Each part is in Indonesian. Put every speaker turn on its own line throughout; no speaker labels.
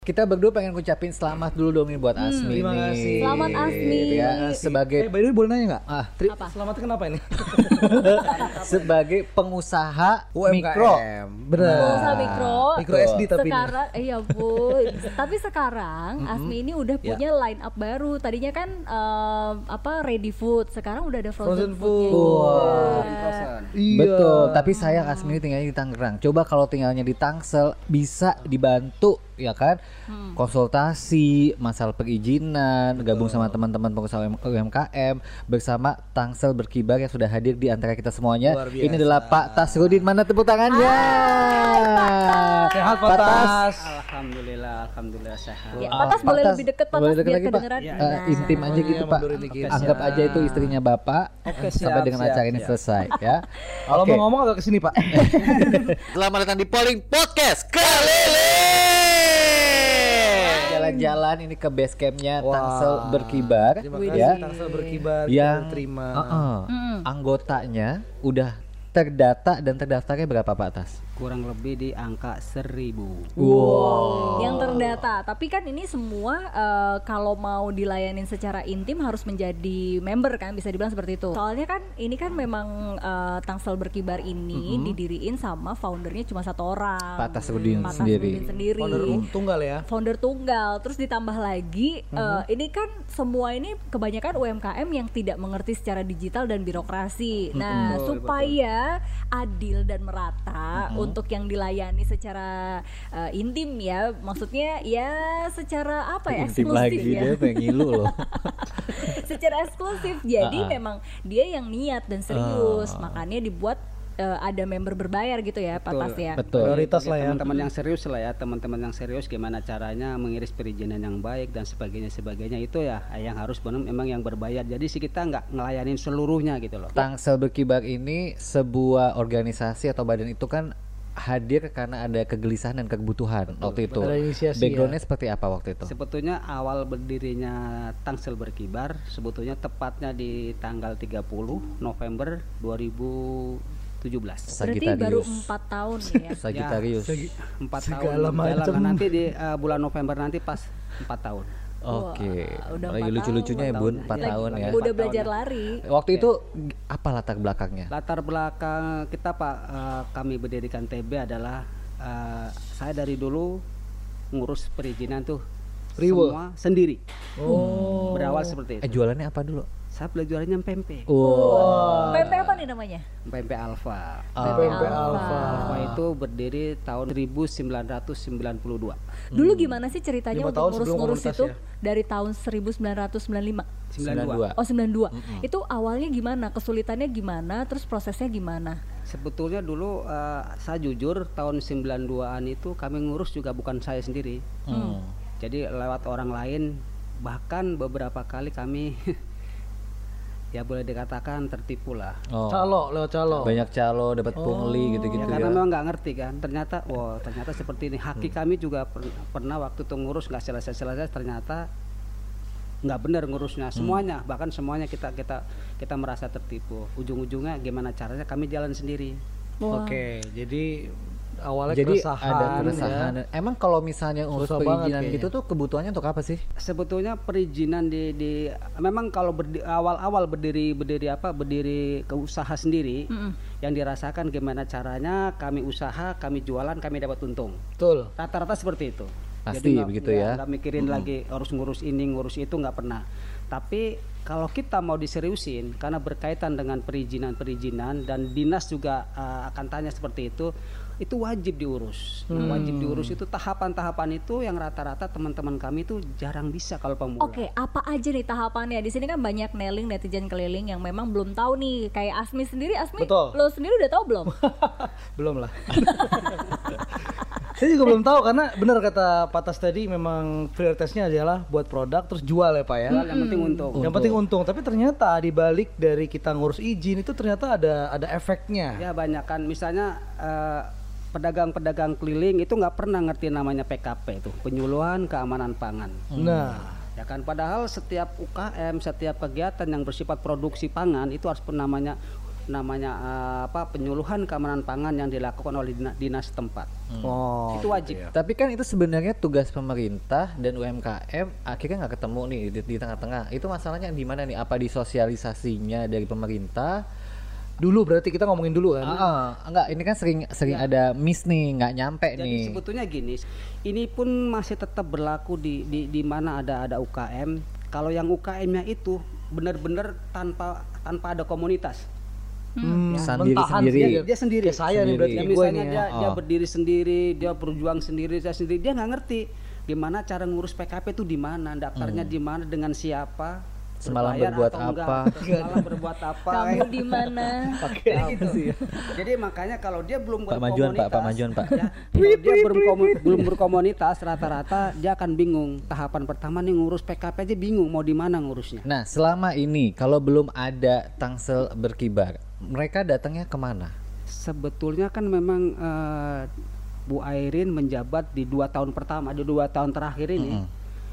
Kita berdua pengen ngucapin selamat dulu dong ini buat Asmi
Hmm, terima
nih.
kasih.
Selamat Asmi.
Gitu ya. Sebagai
Eh, by the way boleh nanya nggak?
ah, tri-
Apa?
Selamatnya kenapa ini?
sebagai pengusaha
UMKM.
mikro. Nah,
Benar.
Pengusaha mikro.
Mikro SD tapi ini.
sekarang iya bu tapi sekarang Asmi ini udah punya line up baru tadinya kan em, apa ready food sekarang udah ada frozen,
Frozen
foodnya
food.
juga.
Iya.
Betul, tapi saya Asmi ini tinggalnya di Tangerang. Coba kalau tinggalnya di Tangsel bisa dibantu ya kan?
Hmm.
Konsultasi, masalah perizinan, gabung sama teman-teman pengusaha UM- UMKM bersama Tangsel berkibar yang sudah hadir di antara kita semuanya.
Luar biasa.
Ini adalah Pak Tasrudin. Mana tepuk tangannya?
Sehat
Pak Tas.
patas.
Alhamdulillah, alhamdulillah sehat.
Ya,
Ah,
Pak Tas boleh
Tas,
lebih deket Pak
boleh
Tas
deket
biar
lagi, Pak.
kedengeran
Eh,
Nah.
intim aja gitu Pak.
mundurin Iya. dikit. Iya.
Anggap aja itu istrinya Bapak sampai
siap,
dengan
siap,
acara ini
siap.
selesai ya.
Kalau
Oke.
mau ngomong agak kesini pak.
Selamat datang di Polling Podcast Kelele. Jalan-jalan ini ke base campnya
Wah.
Tangsel berkibar,
Terima
ya,
kasih tangsel berkibar.
Iya.
yang
kita terima.
Uh-uh.
Hmm.
anggotanya udah terdata dan terdaftarnya berapa Pak Tas?
Kurang lebih di angka seribu.
yang terdata tapi kan ini semua eh, kalau mau dilayanin secara intim harus menjadi member kan bisa dibilang seperti itu soalnya kan ini kan memang eh, tangsel berkibar ini didiriin sama foundernya cuma satu orang
Mm-hmm. Pak Tasrudin
Pak
sendiri.
Tasrudin sendiri
Founder tunggal ya.
founder tunggal terus ditambah lagi eh,
Mhm.
ini kan semua ini kebanyakan UMKM yang tidak mengerti secara digital dan
Mhm.
birokrasi. Nah, supaya adil dan
Mhm.
merata untuk yang dilayani secara eh, intim ya, maksudnya ya secara apa ya?
Intim
eksklusif
lagi
ya.
dia pengen ngilu loh.
secara eksklusif. Jadi
Ah,
memang dia yang niat dan serius, makanya dibuat eh, ada member berbayar gitu ya, Pak Tas ya.
Betul.
Prioritas lah
Bagi
ya.
Teman-teman yang serius lah ya, teman-teman yang serius gimana caranya mengiris perizinan yang baik dan sebagainya sebagainya itu ya yang harus benar memang yang berbayar. Jadi sih kita nggak ngelayanin seluruhnya gitu loh.
Tangsel berkibar ini sebuah organisasi atau badan itu kan hadir karena ada kegelisahan dan kebutuhan waktu itu.
Ada inisiasi ya.
Backgroundnya seperti apa waktu itu?
Sebetulnya awal berdirinya Tangsel Berkibar sebetulnya tepatnya di tanggal 30 November 2017.
Berarti baru empat tahun ya.
Sagitarius.
Empat tahun
Segala macam.
berjalan Nah, nanti di eh, bulan November nanti pas empat tahun.
Oke.
Wah, udah
Lagi
empat
lucu-lucunya ya, Bun,
tahun.
4
Lagi-
tahun ya.
lagi
Udah
Empat
belajar
tahun.
lari.
Waktu itu g- apa latar belakangnya?
Latar belakang kita Pak eh, kami berdirikan TB adalah eh, saya dari dulu ngurus perizinan tuh
Riwe.
semua sendiri.
Oh.
Berawal
Eh
seperti itu.
jualannya apa dulu?
Saya belajarnya pempek,
PP apa nih namanya?
pempek alfa.
PMP Alpha.
Alfa itu berdiri tahun 1992.
Dulu gimana sih ceritanya
Hmm. Lima
untuk
tahun sebelum
ngurus-ngurus
komunitas
itu
ya.
dari tahun 1995?
92.
92.
Oh 92. Itu awalnya gimana? Kesulitannya gimana? Terus prosesnya gimana?
Sebetulnya dulu eh, saya jujur tahun 92-an itu kami ngurus juga bukan saya sendiri.
Hmm.
Jadi lewat orang lain bahkan beberapa kali kami ya boleh dikatakan tertipu lah.
Oh.
Calo lewat calo.
Banyak calo, dapat pungli
Ya,
gitu-gitu
karena
ya.
memang nggak ngerti kan. Ternyata wow ternyata seperti ini. Haki kami juga per- pernah waktu itu ngurus nggak selesai-selesai ternyata nggak benar ngurusnya semuanya bahkan semuanya kita kita kita merasa tertipu ujung-ujungnya gimana caranya kami jalan sendiri
Wah.
Oke, jadi awalnya
Jadi
keresahan,
ada
ya.
keresahan. Emang kalau misalnya urus
Susah banget
perizinan
kayaknya.
gitu tuh kebutuhannya untuk apa sih?
sebetulnya perizinan di, di memang kalau berdi- awal-awal berdiri berdiri apa berdiri ke usaha sendiri yang dirasakan gimana caranya kami usaha kami jualan kami dapat untung
Betul.
rata-rata seperti itu
Pasti
nggak-
begitu
nggak-
ya.
nggak mikirin lagi harus ngurus ini ngurus itu nggak pernah tapi kalau kita mau diseriusin karena berkaitan dengan perizinan-perizinan dan dinas juga eh, akan tanya seperti itu itu wajib diurus Nah,
Hmm.
wajib diurus itu tahapan-tahapan itu yang rata-rata teman-teman kami itu jarang bisa kalau pemula
Oke, apa aja nih tahapannya? Di sini kan banyak neling netizen keliling yang memang belum tahu nih. Kayak Asmi sendiri, Asmi
Betul.
lo sendiri udah tahu belum?
Belum lah. Saya juga belum tahu karena benar kata Patas tadi memang prioritasnya adalah buat produk terus jual ya Pak ya.
Jual yang penting
Hmm.
untung
Yang penting untung, tapi ternyata di balik dari kita ngurus izin itu ternyata ada ada
Oh.
efeknya.
Ya banyak kan, misalnya eh, pedagang-pedagang keliling itu nggak pernah ngerti namanya PKP itu, penyuluhan keamanan pangan.
Hmm.
Nah,
Ya kan, padahal setiap UKM, setiap kegiatan yang bersifat produksi pangan itu harus pernah namanya namanya eh, apa penyuluhan keamanan pangan yang dilakukan oleh dina- dinas tempat.
Oh.
itu wajib.
Hmm. Tapi kan itu sebenarnya tugas pemerintah dan UMKM akhirnya nggak ketemu nih di, di tengah-tengah. Itu masalahnya di mana nih? Apa di sosialisasinya dari pemerintah?
Dulu berarti kita ngomongin dulu kan.
Ah, ah, enggak, ini kan sering sering ada miss nih, nggak nyampe
Iya. Jadi
nih.
sebetulnya gini, ini pun masih tetap berlaku di di, di mana ada ada UKM. Kalau yang UKM-nya itu benar-benar tanpa tanpa ada komunitas.
Hmm,
Sendiri-
mentahan
sendiri.
Dia, dia sendiri. Kayak saya nih berarti
Ya,
gue
misalnya
nih ya.
dia, dia
Oh.
berdiri sendiri, dia berjuang sendiri, saya sendiri, dia nggak ngerti gimana cara ngurus PKP itu di mana, daftarnya di mana, dengan siapa,
Hmm. Semalam
berbayar
berbuat
atau enggak,
apa.
semalam berbuat apa.
Kamu di mana?
Kayak gitu ya. Jadi makanya kalau dia belum
Pak Majuan, Pak, Pak Majuan, Pak.
ya, kalau dia belum, komu- belum berkomunitas rata-rata dia akan bingung. Tahapan pertama nih ngurus PKP aja bingung mau di mana ngurusnya.
Nah, selama ini kalau belum ada Tangsel berkibar, mereka datangnya kemana?
Sebetulnya kan memang eh, Bu Airin menjabat di dua tahun pertama, di dua tahun terakhir ini,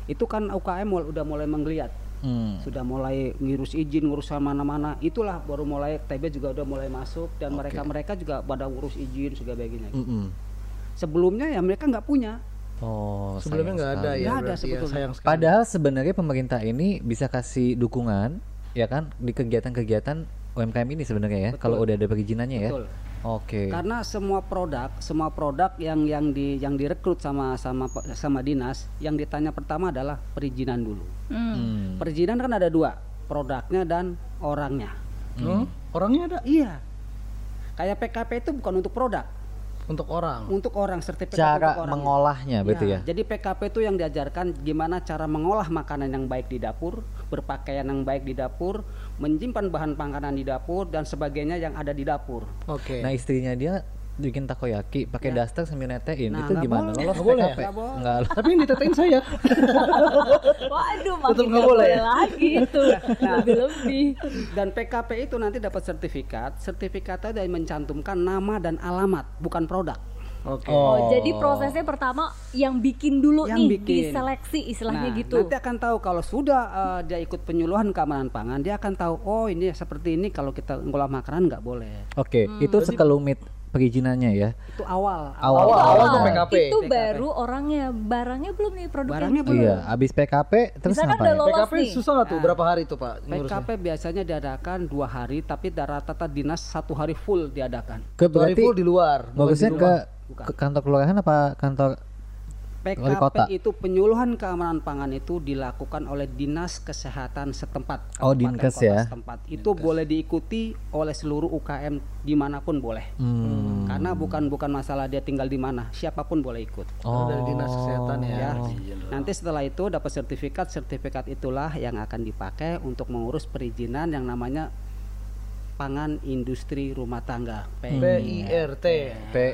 itu kan UKM mul- udah mulai menggeliat,
Hmm.
sudah mulai ngurus izin, ngurus sama mana-mana. Itulah baru mulai TB juga udah mulai masuk dan mereka-mereka juga pada ngurus izin segala begini.
mm-mm.
Sebelumnya ya mereka nggak punya.
Oh,
Sebelumnya
sayang
nggak ada
sekali.
Nggak ada
ya.
iya,
berarti ya,
sebetulnya.
sayang sekali.
Padahal sebenarnya pemerintah ini bisa kasih dukungan ya kan di kegiatan-kegiatan UMKM ini sebenarnya ya. Kalau udah ada perizinannya ya.
Betul.
Oke.
Karena semua produk, semua produk yang yang di yang direkrut sama sama sama dinas, yang ditanya pertama adalah perizinan dulu.
Hmm.
Hmm.
Perizinan kan ada dua, produknya dan orangnya.
Hmm, Orangnya ada
Iya. Kayak PKP itu bukan untuk produk,
untuk orang.
untuk orang sertifikat
Cara
untuk orang. Iya.
mengolahnya berarti ya.
Jadi PKP itu yang diajarkan gimana cara mengolah makanan yang baik di dapur, berpakaian yang baik di dapur, menyimpan bahan makanan di dapur dan sebagainya yang ada di dapur.
Oke.
Nah, istrinya dia bikin takoyaki pakai daster sambil netein.
Iya. Nah,
itu
nggak
gimana?
boleh.
Lolos
Nggak boleh
PKP?
ya? Nggak boleh.
Nggak lolos.
Tapi yang ditetain saya.
Waduh, makin
nggak boleh ya?
lagi itu. Lebih-lebih.
Dan PKP itu nanti dapat sertifikat. Sertifikatnya dari mencantumkan nama dan alamat, bukan produk.
Oke.
Oh, jadi prosesnya pertama yang bikin dulu
Yang
nih
bikin.
diseleksi istilahnya
Nah,
gitu.
Nanti akan tahu kalau sudah eh, dia ikut penyuluhan keamanan pangan, dia akan tahu oh ini seperti ini kalau kita ngolah makanan nggak boleh.
Oke, itu sekelumit perizinannya ya.
Itu awal.
Awal. Nah,
Awal
Wah,
tuh PKP.
Itu baru orangnya, barangnya belum nih produknya.
Barangnya belum.
Iya, habis PKP terus
Misalkan udah
ngapain?
lolos
PKP
nih.
susah nggak tuh? Berapa hari tuh Pak? ngurusnya?
PKP biasanya diadakan dua hari, tapi rata-rata dinas satu hari full diadakan.
Ke
Dua hari
berarti
full di luar.
bagusnya ke,
Bukan.
ke kantor kelurahan apa kantor Wali kota.
PKP itu penyuluhan keamanan pangan itu dilakukan oleh dinas kesehatan setempat.
Oh,
kabupaten
Dinkes
kota
ya.
Setempat itu boleh diikuti oleh seluruh UKM dimanapun boleh.
Hmm,
Hmm.
Karena bukan bukan masalah dia tinggal di mana, siapapun boleh ikut.
Oh. Dari dinas kesehatan ya.
Nanti setelah itu dapat sertifikat, sertifikat itulah yang akan dipakai untuk mengurus perizinan yang namanya pangan industri rumah tangga
Hmm.
PI.
BIRT.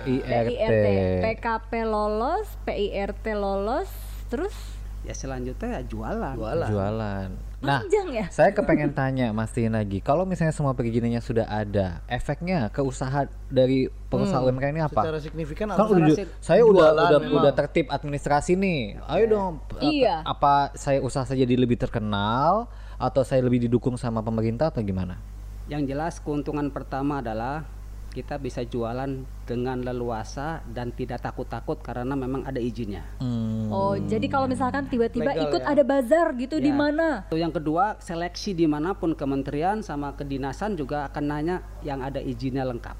PIRT,
PIRT?
PKP lolos, PIRT lolos, terus
Ya selanjutnya ya jualan.
Jualan.
Jualan. Nah,
panjang ya.
saya kepengen tanya mastiin lagi. Kalau misalnya semua perizinannya sudah ada, efeknya ke usaha dari pengusaha UMKM ini apa?
Hmm, Secara signifikan
Kan
apa?
udah-
sih
saya udah
jualan
udah
memang.
udah tertib administrasi nih. Ayo dong. p-
Iya.
Apa, apa saya usaha saya jadi lebih terkenal atau saya lebih didukung sama pemerintah atau gimana?
Yang jelas keuntungan pertama adalah kita bisa jualan dengan leluasa dan tidak takut-takut karena memang ada izinnya.
Hmm.
Oh, jadi kalau misalkan tiba-tiba
Legal
ikut
ya.
ada bazar gitu di
Ya.
mana?
Tuh, yang kedua, seleksi dimanapun kementerian sama kedinasan juga akan nanya yang ada izinnya lengkap.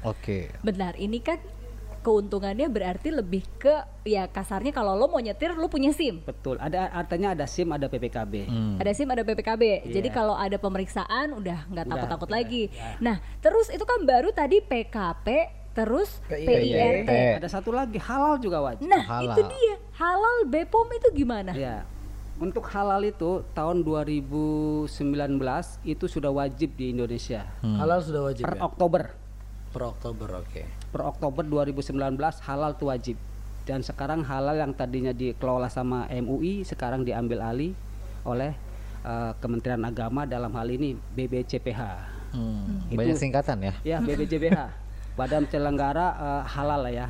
Oke.
Benar, ini kan keuntungannya berarti lebih ke ya kasarnya kalau lo mau nyetir lo punya SIM.
Betul. Ada artinya ada SIM, ada PPKB.
Ada SIM, ada BPKB. Jadi kalau ada pemeriksaan udah nggak takut-takut lagi. Nah, terus itu kan baru tadi PKP, terus PIRT.
Eh.
Ada satu lagi Iya. halal juga wajib.
Nah,
Halal.
itu dia. Halal BPOM itu gimana?
Ya. Untuk halal itu tahun 2019 itu sudah wajib di Indonesia.
Halal sudah wajib
Per
ya?
Oktober.
Per Oktober, oke.
Per Oktober 2019 halal itu wajib. Dan sekarang halal yang tadinya dikelola sama MUI sekarang diambil alih oleh eh, Kementerian Agama dalam hal ini BBCPH.
Hmm. Banyak singkatan ya.
Ya, BBJBH. Badan Penyelenggara eh, Halal lah ya.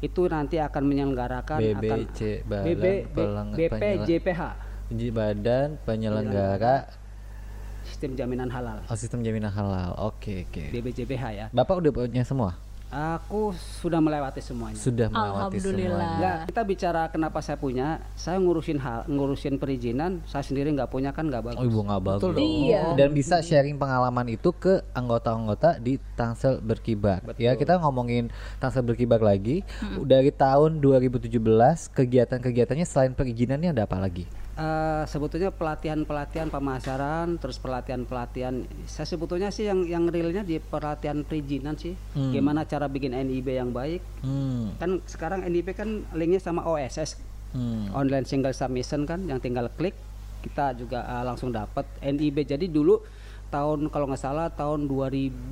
Itu nanti akan menyelenggarakan
BBC,
akan
Badan Peleng-
BPJPH.
Iya.
Di Badan Penyelenggara
sistem jaminan halal
Oh, sistem jaminan halal. Oke, oke.
BPJBH ya
Bapak udah punya semua?
aku sudah melewati semuanya
Sudah melewati
Alhamdulillah.
semuanya.
Nggak, kita bicara kenapa saya punya saya ngurusin hal ngurusin perizinan saya sendiri nggak punya kan nggak bagus
Oh, ibu nggak bagus.
dong. Iya.
Dan bisa sharing pengalaman itu ke anggota-anggota di Tangsel Berkibar. Ya, kita ngomongin Tangsel Berkibar lagi. Dari tahun 2017, kegiatan-kegiatannya selain perizinannya ada apa lagi?
Eh, sebetulnya pelatihan-pelatihan pemasaran, terus pelatihan-pelatihan. Saya sebetulnya sih yang yang realnya di pelatihan perizinan sih. Gimana cara bikin NIB yang baik?
Hmm.
Kan sekarang NIB kan linknya sama OSS,
Hmm.
online single submission kan, yang tinggal klik kita juga eh, langsung dapat NIB. Jadi dulu tahun kalau nggak salah tahun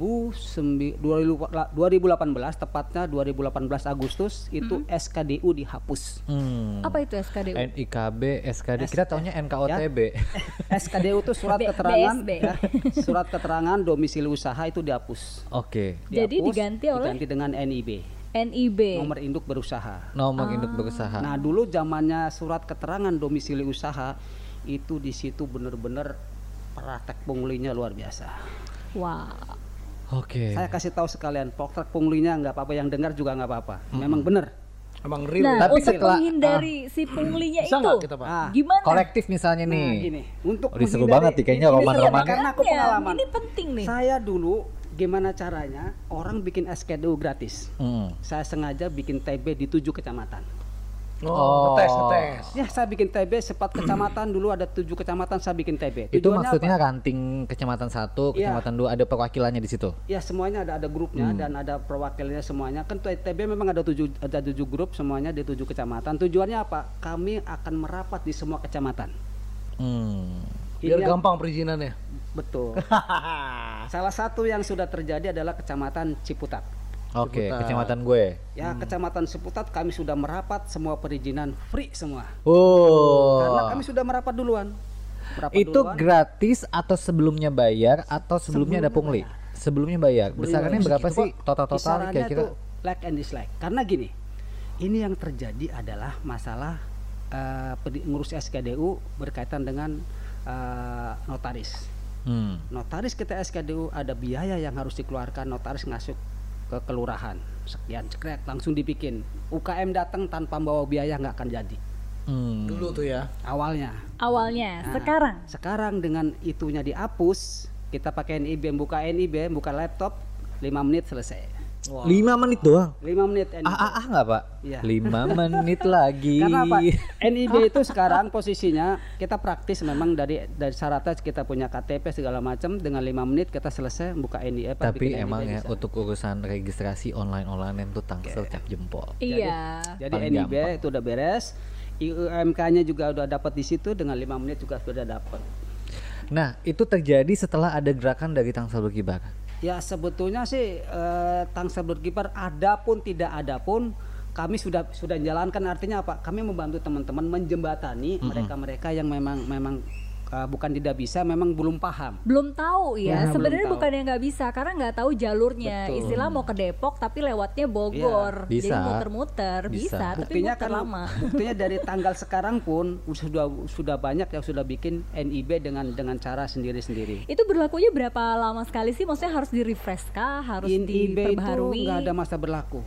2009 2018 tepatnya 2018 Agustus itu
Hmm.
SKDU dihapus.
Hmm.
Apa itu SKDU?
NIKB, SKD. Kita taunya NKOTB.
SKDU itu surat
B-
keterangan
BSB.
ya, surat keterangan domisili usaha itu dihapus.
Oke.
Jadi
Dihapus,
diganti oleh?
diganti dengan NIB,
NIB.
nomor induk berusaha.
Nomor induk berusaha.
Nah, dulu zamannya surat keterangan domisili usaha itu di situ benar-benar praktek punglinya luar biasa.
Wah.
Oke.
Saya kasih tahu sekalian, praktek punglinya nggak apa-apa yang dengar juga nggak apa-apa. Memang benar.
Emang real.
Nah,
Tapi
untuk
setelah-
menghindari si punglinya
Bisa
itu,
nggak kita, Pak?
Ah.
gimana?
Kolektif misalnya nih.
Nah, Gini, untuk
Oh, ini seru
menghindari-
banget nih kayaknya
ini seru
roman-romannya.
karena aku
Makanya,
pengalaman.
Iya, Ini penting nih.
Saya dulu gimana caranya orang bikin SKDU gratis.
Hmm.
Saya sengaja bikin TB di tujuh kecamatan.
Oh.
Ngetes, ngetes.
Ya, saya bikin TB sepat kecamatan dulu ada tujuh kecamatan saya bikin TB.
Itu
Tujuannya
maksudnya
apa?
ranting kecamatan satu,
Iya.
kecamatan dua ada perwakilannya di situ.
Ya semuanya ada ada grupnya
Hmm.
dan ada perwakilannya semuanya. Kan tu- TB memang ada tujuh ada tujuh grup semuanya di tujuh kecamatan. Tujuannya apa? Kami akan merapat di semua kecamatan.
Hmm.
Ini
Biar
yang-
gampang perizinannya.
Betul. Salah satu yang sudah terjadi adalah kecamatan Ciputat.
Oke, kecamatan gue.
Ya, kecamatan Ciputat kami sudah merapat semua perizinan free semua. Karena
Oh.
kami sudah merapat duluan. Merapat
Itu
Kan duluan.
gratis atau sebelumnya bayar atau sebelumnya ada pungli? Sebelumnya bayar. Besarannya berapa sih total-total
gitu,
gitu?
Kisarannya
kira-kira?
tuh like and dislike. Karena gini, ini yang terjadi adalah masalah eh, pedi- ngurus SKDU berkaitan dengan eh, notaris.
Hmm.
Notaris kita SKDU ada biaya yang harus dikeluarkan notaris ngasuk ke kelurahan sekian cekrek langsung dibikin UKM datang tanpa bawa biaya nggak akan jadi
Hmm.
Dulu tuh ya.
awalnya
Awalnya,
Nah,
sekarang.
Sekarang dengan itunya dihapus, kita pakai NIB, buka NIB, buka laptop, 5 menit selesai.
Lima menit doang.
5 menit NIB.
Ah ah ah nggak pak?
Iya.
Lima menit lagi.
Karena apa? NIB itu sekarang posisinya kita praktis memang dari dari syaratnya kita punya KTP segala macam dengan 5 menit kita selesai buka NIB.
Tapi
apa, bikin NIB
emang ya
bisa.
untuk urusan registrasi online online itu tangsel cap jempol.
Iya.
Jadi
Paling
NIB itu udah beres, IUMK-nya juga udah dapat di situ dengan 5 menit juga sudah dapat.
Nah itu terjadi setelah ada gerakan dari tangsel berkibar.
Ya sebetulnya sih eh, tangsel berkibar ada pun tidak ada pun kami sudah sudah jalankan artinya apa? Kami membantu teman-teman menjembatani mereka-mereka yang memang memang eh, bukan tidak bisa memang belum paham.
Belum tahu
Ya,
ya. Sebenarnya
belum tahu.
bukan yang nggak bisa, karena nggak tahu jalurnya. Istilah mau ke Depok tapi lewatnya
Iya.
Bogor.
Bisa.
Jadi muter-muter bisa,
Bisa.
tapi
Buktinya
muter
kan
lama.
buktinya dari tanggal sekarang pun sudah sudah banyak yang sudah bikin NIB dengan dengan cara sendiri-sendiri.
Itu berlakunya berapa lama sekali sih? Maksudnya harus di-refresh kah? Harus
NIB itu
diperbaharui?
nggak ada masa berlaku.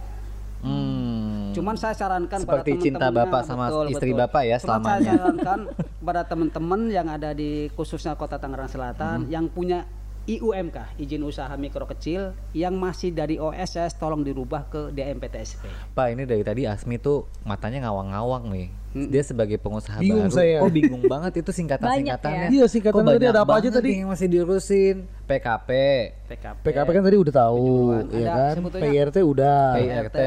Hmm.
Cuman saya sarankan
Seperti
pada
cinta
teman-temannya,
Bapak sama istri Bapak ya
Cuman
selamanya.
Saya sarankan pada teman-teman yang ada di khususnya Kota Tangerang Selatan
Hmm.
yang punya IUMK, izin usaha mikro kecil yang masih dari OSS tolong dirubah ke DMPTSP.
Pak ini dari tadi Asmi tuh matanya ngawang-ngawang nih. Dia sebagai pengusaha
Hmm. Bingung
baru.
saya.
Oh bingung banget itu singkatan-singkatannya.
Banyak
ya. Iya, singkatan
Kok
tadi
banyak
ada apa aja
banget
tadi?
nih Yang masih diurusin PKP,
PKP.
PKP kan tadi udah tahu,
Ada
ya kan?
sebetulnya-
PRT udah.
PRT.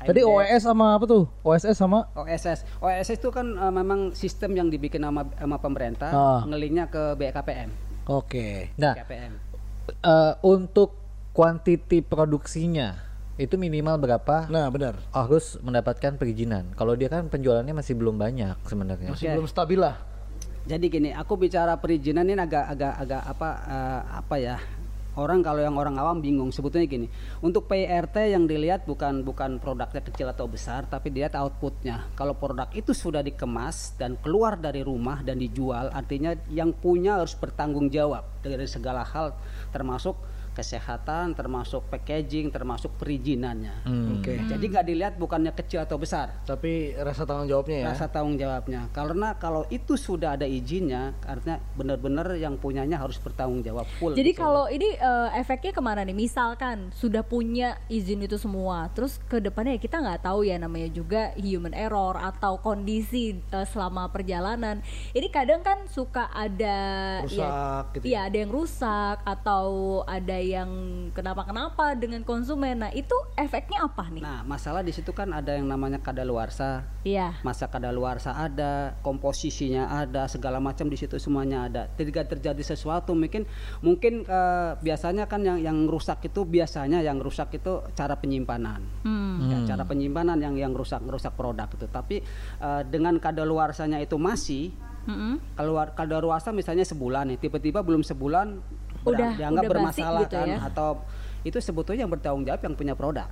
Tadi OES sama apa tuh? OSS sama
OSS. OSS itu kan eh, memang sistem yang dibikin sama sama pemerintah,
Ah.
ngelingnya ke BKPM.
Oke.
Nah,
BKPM.
eh, untuk kuantiti produksinya itu minimal berapa?
Nah, benar.
Harus mendapatkan perizinan. Kalau dia kan penjualannya masih belum banyak sebenarnya.
Masih belum stabil lah.
Jadi gini, aku bicara perizinan ini agak agak agak apa eh, apa ya? Orang kalau yang orang awam bingung sebetulnya gini. Untuk PRT yang dilihat bukan bukan produknya kecil atau besar, tapi dilihat outputnya. Kalau produk itu sudah dikemas dan keluar dari rumah dan dijual, artinya yang punya harus bertanggung jawab dari segala hal, termasuk kesehatan, termasuk packaging, termasuk perizinannya.
Oke.
Jadi nggak dilihat bukannya kecil atau besar,
Tapi rasa tanggung jawabnya ya.
rasa tanggung jawabnya. Karena kalau itu sudah ada izinnya, artinya benar-benar yang punyanya harus bertanggung jawab full.
Jadi
gitu.
kalau ini eh, efeknya kemana nih? Misalkan sudah punya izin itu semua, terus ke depannya ya kita nggak tahu ya namanya juga human error atau kondisi eh, selama perjalanan. Ini kadang kan suka ada
Rusak
ya,
gitu
Iya, ada yang rusak atau ada yang kenapa-kenapa dengan konsumen. Nah, itu efeknya apa nih?
Nah, masalah di situ kan ada yang namanya kadaluarsa.
Iya.
Masa kadaluarsa ada, komposisinya ada, segala macam di situ semuanya ada. Ketika terjadi sesuatu mungkin mungkin eh, biasanya kan yang yang rusak itu biasanya yang rusak itu cara penyimpanan.
Hmm.
Ya, cara penyimpanan yang yang rusak rusak produk itu. Tapi eh, dengan kadaluarsanya itu masih
Mm-mm.
keluar kadaluarsa misalnya sebulan nih, tiba-tiba belum sebulan ber-
Udah-
dianggap
udah basi
bermasalah
gitu
kan
ya.
atau itu sebetulnya yang bertanggung jawab yang punya produk.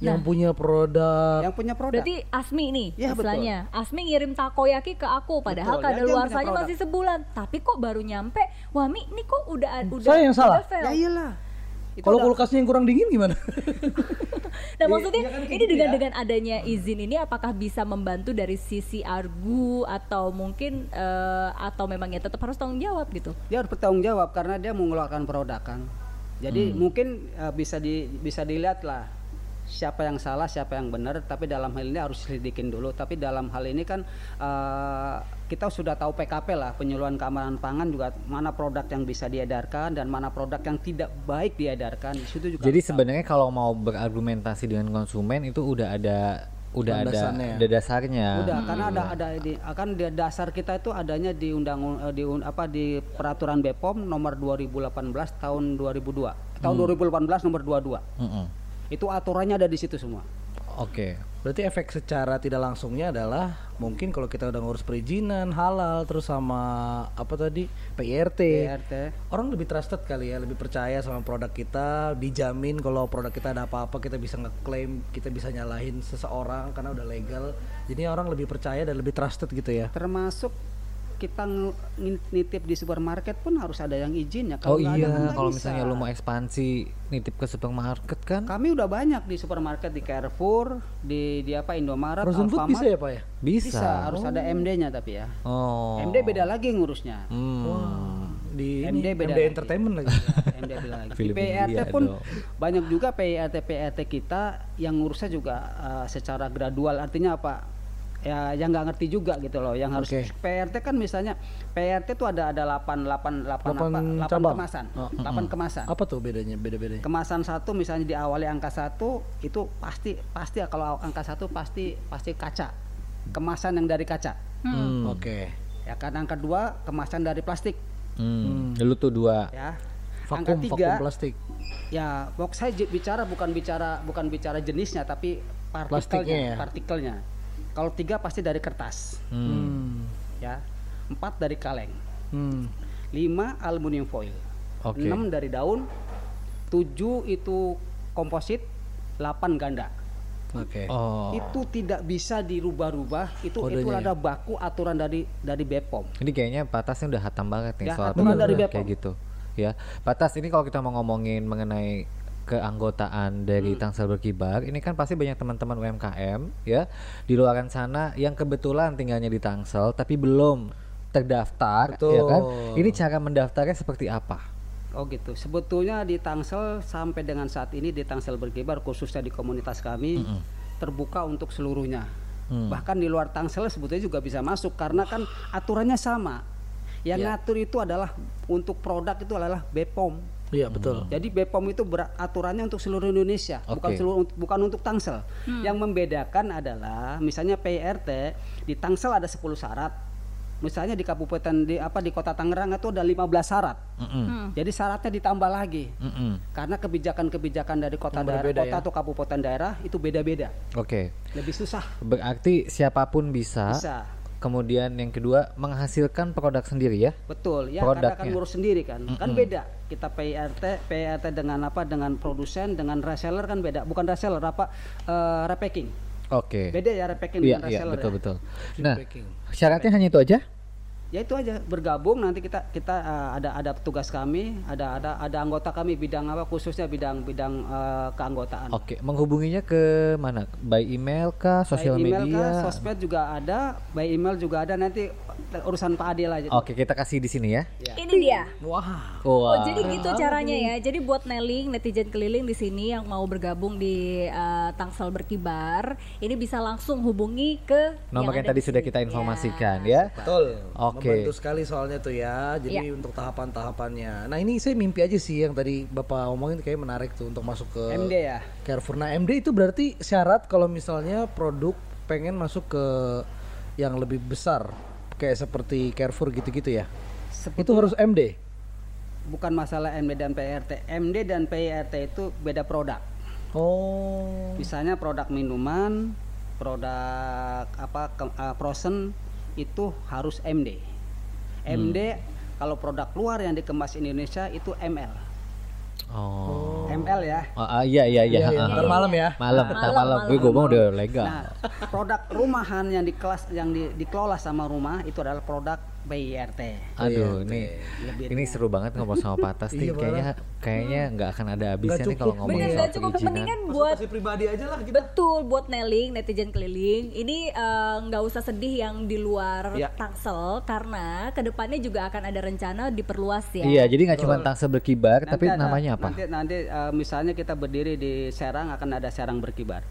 Yang punya produk
Yang punya produk.
Berarti Asmi nih
Iya, betul.
istilahnya. Asmi ngirim takoyaki ke aku
Betul,
padahal
dia- dia
kadaluarsanya
punya produk.
masih sebulan, tapi kok baru nyampe, wah Mi, ini kok udah udah
Saya
udah
yang salah?
fail."
Ya iyalah. Itu
Kalau
udah-
kulkasnya yang kurang dingin gimana?
Nah, maksudnya
iya kan kayak
ini
gitu
dengan
ya.
dengan adanya izin ini apakah bisa membantu dari sisi argu atau mungkin eh, atau memang ya tetap harus tanggung jawab gitu.
dia harus bertanggung jawab karena dia mengeluarkan produk kan. Jadi mungkin eh, bisa di bisa dilihat lah siapa yang salah, siapa yang benar, tapi dalam hal ini harus selidikin dulu. Tapi dalam hal ini kan eh, kita sudah tahu PKP lah, penyuluhan keamanan pangan juga mana produk yang bisa diedarkan dan mana produk yang tidak baik diedarkan. Di situ juga.
Jadi
harus tahu.
sebenarnya kalau mau berargumentasi dengan konsumen itu udah ada udah ada
Landasannya.
ada dasarnya.
Udah, karena ada ada di akan di dasar kita itu adanya di undang eh, di un- apa di peraturan BPOM nomor 2018 tahun 2002. Tahun 2018 nomor 22.
Mm-mm.
itu aturannya ada di situ semua
Oke.
Berarti efek secara tidak langsungnya adalah mungkin kalau kita udah ngurus perizinan halal terus sama apa tadi PRT.
PRT
Orang lebih trusted kali ya, lebih percaya sama produk kita, dijamin kalau produk kita ada apa-apa kita bisa ngeklaim, kita bisa nyalahin seseorang karena udah legal. Jadi orang lebih percaya dan lebih trusted gitu ya.
termasuk kita ng- ng- nitip di supermarket pun harus ada yang izinnya
Oh
nggak ada,
iya,
nggak
kalau
bisa.
misalnya lu mau ekspansi nitip ke supermarket kan
kami udah banyak di supermarket di Carrefour di di apa Indomaret
Frozen food bisa ya, Pak ya?
bisa
bisa.
harus ada MD-nya tapi ya
Oh.
MD beda lagi ngurusnya
Hmm.
Di
MD
ini,
beda
MD
lagi.
Entertainment lagi.
MD beda lagi di
Film
PRT
iya,
India
pun
dong.
banyak juga E PRT PRT kita yang ngurusnya juga eh, secara gradual artinya apa ya yang nggak ngerti juga gitu loh yang harus
Oke.
PRT kan misalnya PRT tuh ada ada 8 8 8
Delapan
apa, delapan
cabang.
kemasan
Oh,
8 kemasan
apa tuh bedanya? Beda-bedanya.
kemasan satu misalnya diawali angka satu itu pasti pasti ya, kalau angka satu pasti pasti kaca kemasan yang dari kaca
Hmm.
Oke.
ya kan angka dua kemasan dari plastik
Hmm. Lu tuh dua.
ya
Vakum,
angka
vakum
tiga
plastik.
Ya, box saya je- bicara bukan bicara bukan bicara jenisnya tapi
Plastiknya
partikelnya,
ya?
partikelnya. Kalau tiga pasti dari kertas,
Hmm.
ya. Empat dari kaleng,
Hmm.
lima aluminium foil,
Oke.
enam dari daun, tujuh itu komposit, delapan ganda.
Oke.
Oh.
Itu tidak bisa dirubah-rubah. Itu itu
Kodenya ya?
ada baku aturan dari dari E Bepom.
Ini kayaknya patasnya udah hatam banget nih
Udah
soal
Ya, hatam
peraturan
dari Bepom.
kayak gitu. Ya, patas ini kalau kita mau ngomongin mengenai keanggotaan dari
Hmm.
Tangsel Berkibar, ini kan pasti banyak teman-teman UMKM ya di luaran sana yang kebetulan tinggalnya di Tangsel tapi belum terdaftar, ya kan?
Betul.
Ini cara mendaftarnya seperti apa?
Oh gitu. Sebetulnya di Tangsel sampai dengan saat ini di Tangsel berkibar khususnya di komunitas kami terbuka untuk seluruhnya. Bahkan di luar Tangsel sebetulnya juga bisa masuk karena kan aturannya sama. Yang ngatur itu adalah untuk produk itu adalah Bepom.
Iya, betul.
Jadi Bepom itu ber- aturannya untuk seluruh Indonesia, bukan
Oke.
seluruh unt- bukan untuk Tangsel. Yang membedakan adalah misalnya PRT di Tangsel ada 10 syarat. Misalnya di kabupaten di apa di Kota Tangerang itu ada 15 syarat.
Mm-mm.
Hmm. Jadi syaratnya ditambah lagi.
Mm-mm.
Karena kebijakan-kebijakan dari kota daerah,
berbeda
ya.
kota atau kabupaten daerah itu beda-beda.
Oke.
Lebih susah
Berarti siapapun bisa,
bisa.
Kemudian yang kedua menghasilkan produk sendiri ya.
Betul, ya karena kan
Produknya.
ngurus sendiri kan. Kan beda. Kita PRT, PRT dengan apa? Dengan produsen, dengan reseller kan beda. Bukan reseller apa? eh, repacking.
Oke.
Beda ya repacking
Iya
dengan
iya
reseller.
betul
ya.
betul. Nah
packing.
syaratnya hanya itu aja.
Ya itu aja bergabung nanti kita kita eh, ada ada petugas kami, ada ada ada anggota kami bidang apa khususnya bidang bidang eh, keanggotaan.
Oke, menghubunginya ke mana? By email kah?
By
Sosial
email kah,
media?
sosmed juga ada, by email juga ada nanti urusan Pak Adil aja.
Oke, kita kasih di sini ya.
Ini dia.
Wah.
Wah.
Oh, jadi gitu caranya ya. Jadi buat Neling, netizen keliling di sini yang mau bergabung di eh, Tangsel Berkibar, ini bisa langsung hubungi ke
Nomor yang
ada
tadi
di
sudah
sini.
kita
Ya.
informasikan ya.
Betul.
Oke.
Membantu sekali soalnya tuh ya.
Iya.
Jadi untuk tahapan-tahapannya. Nah, ini saya mimpi aja sih yang tadi Bapak omongin kayak menarik tuh untuk masuk ke
MD ya.
Carrefour. Nah, MD itu berarti syarat kalau misalnya produk pengen masuk ke yang lebih besar kayak seperti Carrefour gitu-gitu ya. Itu harus MD.
Bukan masalah MD dan PRT. MD dan PRT itu beda produk.
Oh.
Misalnya produk minuman, produk apa ke- eh, frozen itu harus MD. MD
Hmm.
kalau produk luar yang dikemas Indonesia itu ML.
Oh.
ML ya.
Ah, ah, iya iya iya.
Iya, iya,
Ah,
ntar
ah.
malam ya.
Malam, ntar malam. Gue gue mau udah legal.
Nah, produk rumahan yang di kelas yang di- dikelola sama rumah itu adalah produk BIRT.
Aduh, ini ini seru banget ngobrol sama Patas nih. Kayaknya kayaknya nggak akan ada habisnya nih kalau ngomongin
Bener
soal
gak cukup
perizinan.
mendingan buat
pribadi aja lah kita.
Betul buat Neling, netizen keliling. Ini eh, nggak usah sedih yang di luar
Iya.
Tangsel karena kedepannya juga akan ada rencana diperluas ya.
Iya, jadi nggak cuma tangsel berkibar, tapi
Nanti ada-
namanya apa?
Nanti, nanti eh, misalnya kita berdiri di Serang akan ada Serang berkibar.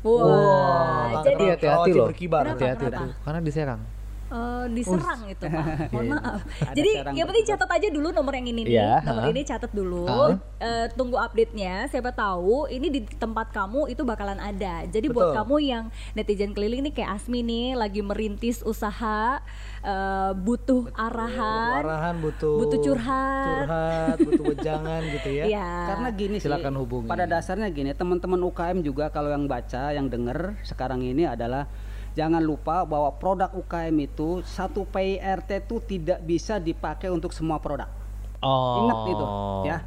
Oh,
Wah, jadi
Tapi hati-hati
Rawati
loh.
berkibar.
Hati-hati tuh, karena diserang.
eh, diserang itu Pak. Mohon maaf.
Ada
Jadi
serang
yang penting catat aja dulu nomor yang ini nih.
Iya,
nomor
ha.
ini catat dulu.
Ha.
Eh, tunggu update-nya. Siapa tahu ini di tempat kamu itu bakalan ada. Jadi buat kamu yang netizen keliling nih kayak Asmi nih lagi merintis usaha eh, butuh arahan.
Arahan butuh
Kan? Butuh curhat.
curhat, butuh wejangan gitu ya.
Iya.
Karena gini sih,
Silakan hubungi.
Pada dasarnya gini, teman-teman UKM juga kalau yang baca, yang denger sekarang ini adalah jangan lupa bahwa produk UKM itu satu PIRT itu tidak bisa dipakai untuk semua produk.
Oh.
Ingat itu, ya.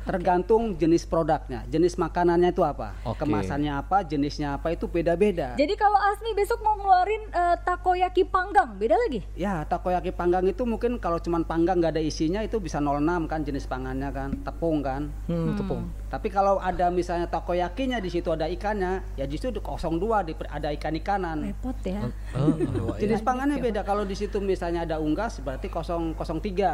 Tergantung jenis produknya, jenis makanannya itu apa,
Oke.
kemasannya apa, jenisnya apa itu beda-beda.
Jadi kalau Asmi besok mau ngeluarin eh, takoyaki panggang, beda lagi.
Ya, takoyaki panggang itu mungkin kalau cuman panggang nggak ada isinya itu bisa 06 kan jenis pangannya kan, tepung kan.
Hmm, tepung.
Tapi kalau ada misalnya takoyakinya di situ ada ikannya, ya justru di 02 di, ada ikan-ikanan.
Repot ya.
iya.
Jenis pangannya beda kalau di situ misalnya ada unggas berarti 003.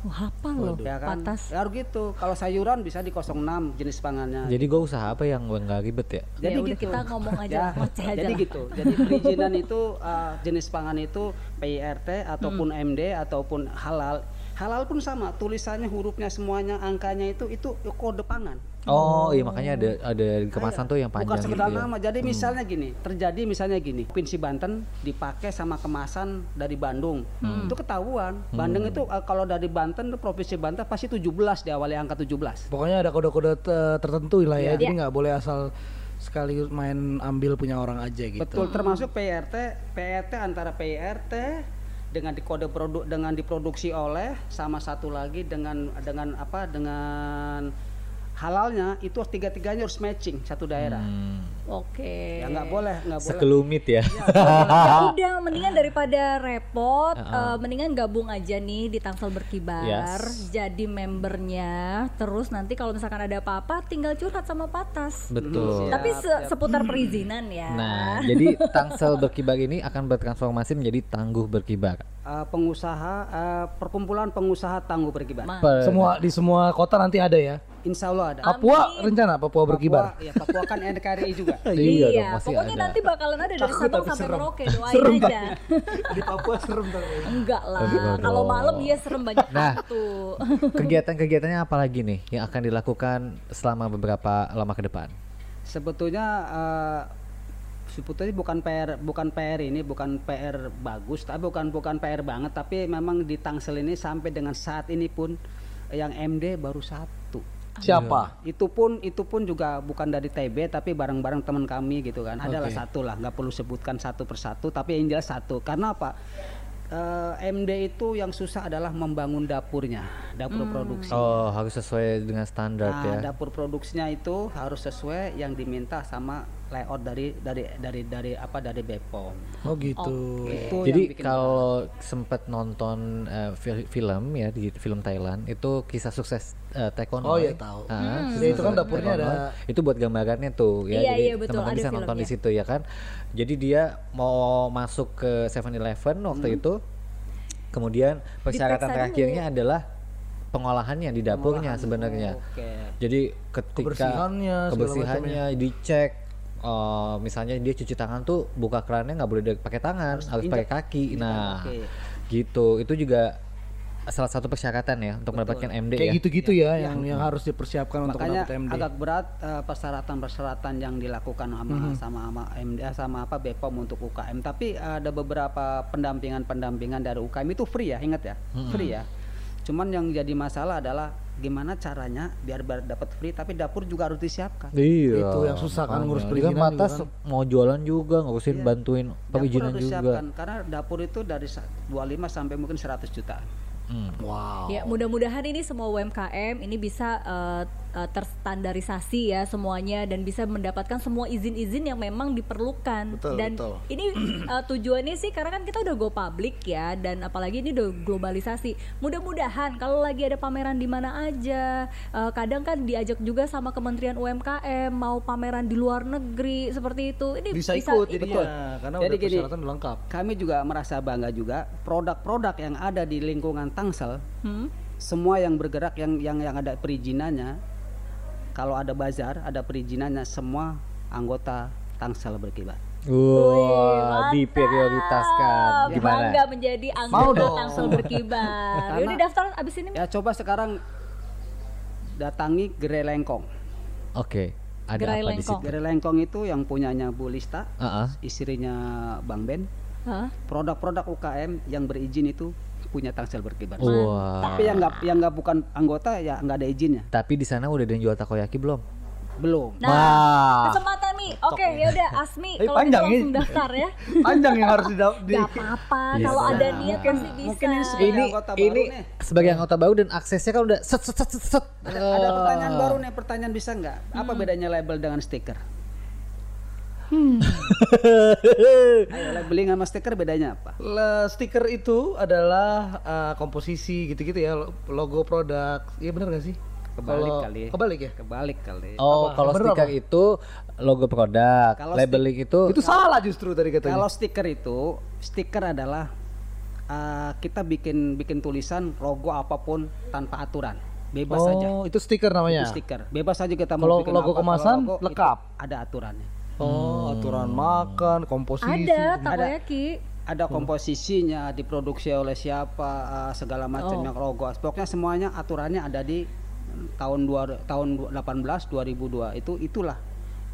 Wah, apa loh,
Ya kan?
patas.
Ya harus gitu. Kalau sayuran bisa di 06 jenis pangannya.
Jadi gue usaha apa yang gue nggak ribet ya?
Ya udah, kita ngomong aja
Ya,
lah, ngoceh aja
jadi
lah.
gitu. Jadi perizinan itu uh, jenis pangan itu PIRT ataupun
Hmm.
MD ataupun halal. Halal pun sama, tulisannya, hurufnya, semuanya, angkanya itu itu kode pangan.
Oh, iya makanya ada ada kemasan tuh yang
Bukan
panjang gitu
sekedar
ya.
nama. Jadi misalnya gini, terjadi misalnya gini, provinsi Banten dipakai sama kemasan dari Bandung.
Hmm.
Itu ketahuan.
Hmm.
Bandung itu uh, kalau dari Banten tuh provinsi Banten pasti 17 di awalnya angka 17.
Pokoknya ada kode-kode te- tertentu lah
Iya,
ya. Jadi nggak boleh asal sekali main ambil punya orang aja gitu.
Betul, termasuk PRT, PRT E antara PRT dengan di kode produk dengan diproduksi oleh sama satu lagi dengan dengan apa dengan halalnya itu tiga-tiganya harus matching satu daerah.
Oke.
Ya nggak boleh, nggak boleh.
Sekelumit ya.
Ya
Ah.
udah, mendingan daripada repot, eh, mendingan gabung aja nih di Tangsel Berkibar,
Yes.
jadi membernya. Terus nanti kalau misalkan ada apa-apa, tinggal curhat sama Patas.
Betul.
Tapi se- seputar perizinan ya.
Nah, jadi Tangsel berkibar ini akan bertransformasi menjadi tangguh berkibar.
Eh, pengusaha eh, perkumpulan pengusaha tangguh berkibar.
Per-
Semua di semua kota nanti ada ya.
Insya Allah ada.
Papua rencana Papua berkibar.
Papua, ya Papua kan NKRI juga.
Iya dong, masih
pokoknya
ada.
nanti bakalan ada dari
Takut
Sabang
tapi
sampai
serem.
Merauke, doain aja.
di Papua serem tuh.
Enggak lah,
Aduh.
kalau malam ya serem banyak
Nah.
waktu.
Kegiatan-kegiatannya apa lagi nih yang akan dilakukan selama beberapa lama ke depan?
sebetulnya eh, sebetulnya bukan PR bukan PR ini bukan PR bagus tapi bukan bukan PR banget tapi memang di Tangsel ini sampai dengan saat ini pun yang MD baru satu
Siapa?
itu pun itu pun juga bukan dari TB tapi bareng-bareng teman kami gitu kan adalah satu lah nggak perlu sebutkan satu persatu tapi yang jelas satu karena apa eh, MD itu yang susah adalah membangun dapurnya, dapur produksi.
Oh, harus sesuai dengan standar
Nah,
ya.
dapur produksinya itu harus sesuai yang diminta sama layout dari dari dari dari apa dari Bepom.
Oh gitu.
Itu
Jadi
yang bikin
kalau sempat nonton eh, fil- film ya di film Thailand itu kisah sukses eh, Taekwondo.
Oh, iya, tahu.
Ah,
Hmm.
kisah
Ya, itu kan
sukses
dapurnya
Taekwondo. Itu buat gambarannya tuh ya.
Iya,
Jadi
iya, betul.
teman-teman
Ada
bisa nonton di
filmnya.
situ ya kan. Jadi dia mau masuk ke 7-Eleven waktu itu. Kemudian persyaratan
dulu.
terakhirnya adalah pengolahannya di dapurnya sebenarnya.
Oke.
Jadi ketika
Kebersihannya, segala
kebersihannya dicek eh, misalnya dia cuci tangan tuh buka kerannya nggak boleh dari- pakai tangan, harus, pakai kaki. Nah,
kaki.
gitu. Itu juga salah satu persyaratan ya untuk mendapatkan MD
Kayak
ya.
gitu-gitu ya, yang yang harus dipersiapkan untuk
Makanya
mendapat MD.
agak berat eh, persyaratan-persyaratan yang dilakukan sama
Mm-hmm.
sama sama MD eh, sama apa Bepom untuk UKM. Tapi ada beberapa pendampingan-pendampingan dari UKM itu free ya, ingat ya,
Mm-hmm.
free ya. Cuman yang jadi masalah adalah gimana caranya biar ber- dapat free tapi dapur juga harus disiapkan.
Iya.
Itu yang susah kan, ngurus
makanya. Dia
perizinan
mata
juga kan. Iya.
se- mau jualan juga, ngurusin bantuin perizinan
dapur harus
Iya, juga.
siapkan karena dapur itu dari sa- 25 sampai mungkin 100 juta.
Hmm.
Wow.
Ya, mudah-mudahan ini semua UMKM ini bisa eh, eh, terstandarisasi ya semuanya dan bisa mendapatkan semua izin-izin yang memang diperlukan.
Betul,
dan
betul.
ini eh, tujuannya sih karena kan kita udah go public ya dan apalagi ini udah globalisasi. Mudah-mudahan kalau lagi ada pameran di mana aja, eh, kadang kan diajak juga sama Kementerian UMKM mau pameran di luar negeri seperti itu. Ini
Bisa ikut jadinya,
betul.
karena
Jadi
udah
gini,
persyaratan udah lengkap.
Kami juga merasa bangga juga produk-produk yang ada di lingkungan Tangsel,
Hmm?
semua yang bergerak yang yang yang ada perizinannya, kalau ada bazar, ada perizinannya semua anggota Tangsel berkibar.
Wah, diprioritaskan
Ah,
gimana?
Bangga menjadi anggota Tangsel berkibar. Yaudah daftar abis ini
Ya coba sekarang datangi Gerai Lengkong.
Oke, ada
Gerai
apa di
lengkong.
situ?
Gerai Lengkong itu yang punyanya Bu Lista,
Ah, ah.
istrinya Bang Ben.
Hah?
Produk-produk UKM yang berizin itu punya Tangsel berkibar.
Oh. Wah.
Tapi yang nggak yang nggak bukan anggota ya nggak ada izinnya.
Tapi di sana udah ada yang jual takoyaki belum?
Belum.
Nah,
Wah.
Ah.
kesempatan nih. Oke, ya udah Asmi
Eh,
kalau gitu
panjang
langsung
ini.
daftar ya.
Panjang yang harus di, di
Gak apa-apa,
Bisa.
kalau ada niat pasti bisa.
mungkin ini sebagai
ya,
ini
anggota baru
ini
nih.
sebagai anggota baru dan aksesnya kan udah set set set set, set. Oh.
Ada,
Oh.
ada pertanyaan baru nih, pertanyaan bisa nggak? Apa
Hmm.
bedanya label dengan stiker?
Hmm.
Ayo, labeling sama stiker bedanya apa?
Le- stiker itu adalah uh, komposisi gitu-gitu ya lo- logo produk iya bener gak sih
Kebalik
Kalau-
kali.
kebalik ya
Kebalik kali.
Oh,
Apa?
kalau
Bener
stiker
apa?
itu logo produk,
Kalau
labeling itu
itu salah justru tadi katanya
Kalau stiker itu, stiker adalah uh, kita bikin bikin tulisan logo apapun tanpa aturan, bebas
oh
saja.
itu stiker namanya
Itu stiker, bebas saja kita mau
Kalau
bikin
logo
apa, kalau
kemasan,
itu
lengkap.
Ada aturannya.
Hmm.
oh aturan makan komposisi
Ada takoyaki.
Ada komposisinya, diproduksi oleh siapa, uh, segala macamnya logo. Pokoknya semuanya aturannya ada di mm, tahun dua, tahun 18 2002 itu itulah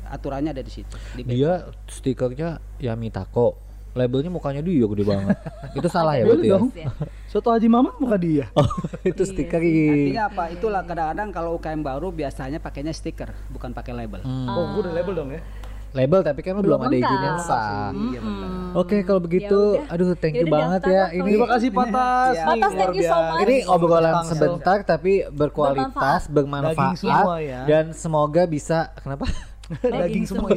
aturannya ada di situ. Di
dia stikernya Yami Tako. Labelnya mukanya dia gede banget. itu salah ya berarti ya?
Ya.
soto Haji Mamat bukan dia
Oh, itu stiker.
Artinya apa? Itulah kadang-kadang kalau UKM baru biasanya pakainya stiker, bukan pakai label.
oh gue udah label dong ya
Label tapi kan belum, ada izin yang
lengkap. Iya,
sah. Oke, kalau begitu
Yaudah.
aduh thank you
Hmm. Ya Yaudah,
banget
daftar gitu.
ya.
daftar.
Ini
terima kasih Patas
Iya.
Nih,
Patas,
luar
thank you so
biasa.
much.
Ini obrolan
Tangsel.
sebentar tapi berkualitas, bermanfaat
Daging semua ya.
dan semoga bisa kenapa?
Oh,
daging semua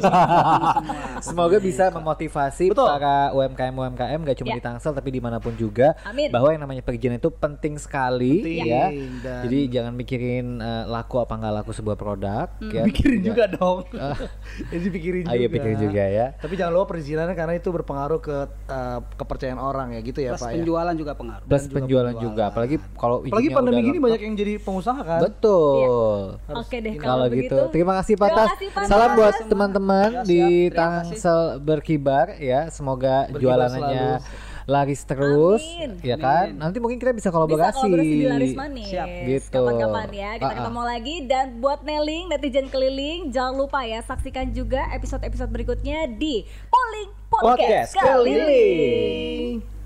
semoga bisa memotivasi
Betul.
para UMKM UMKM gak cuma
Ya.
di Tangsel tapi di manapun juga
Amin.
bahwa yang namanya perizinan itu penting sekali
Penting,
ya.
dan-
Jadi jangan mikirin eh, laku apa nggak laku sebuah produk
Hmm.
ya.
pikirin juga dong jadi pikirin
Ah, iya, pikirin juga ya.
tapi jangan lupa perizinannya karena itu berpengaruh ke eh, kepercayaan orang ya gitu ya
Plus
Pak ya
penjualan juga pengaruh.
Plus penjualan, juga apalagi kalau
apalagi
izinnya
pandemi
Iya, udah
gini
lengkap.
banyak yang jadi pengusaha kan
Betul.
Iya. Oke deh
Kalau gitu, terima kasih
Terima
Patas.
kasih, Patas.
Salam buat teman-teman
Siap,
di
siap. Terima
Tangsel berkibar ya. Semoga jualanannya laris terus,
Amin.
ya kan? Nanti mungkin kita bisa kolaborasi.
Bisa kolaborasi di Laris Manis.
Siap.
Gitu.
Kapan-kapan ya kita
Ah, ah.
ketemu lagi dan buat Neling netizen keliling jangan lupa ya saksikan juga episode-episode berikutnya di Polling
Podcast
Podcast, Keliling.
keliling.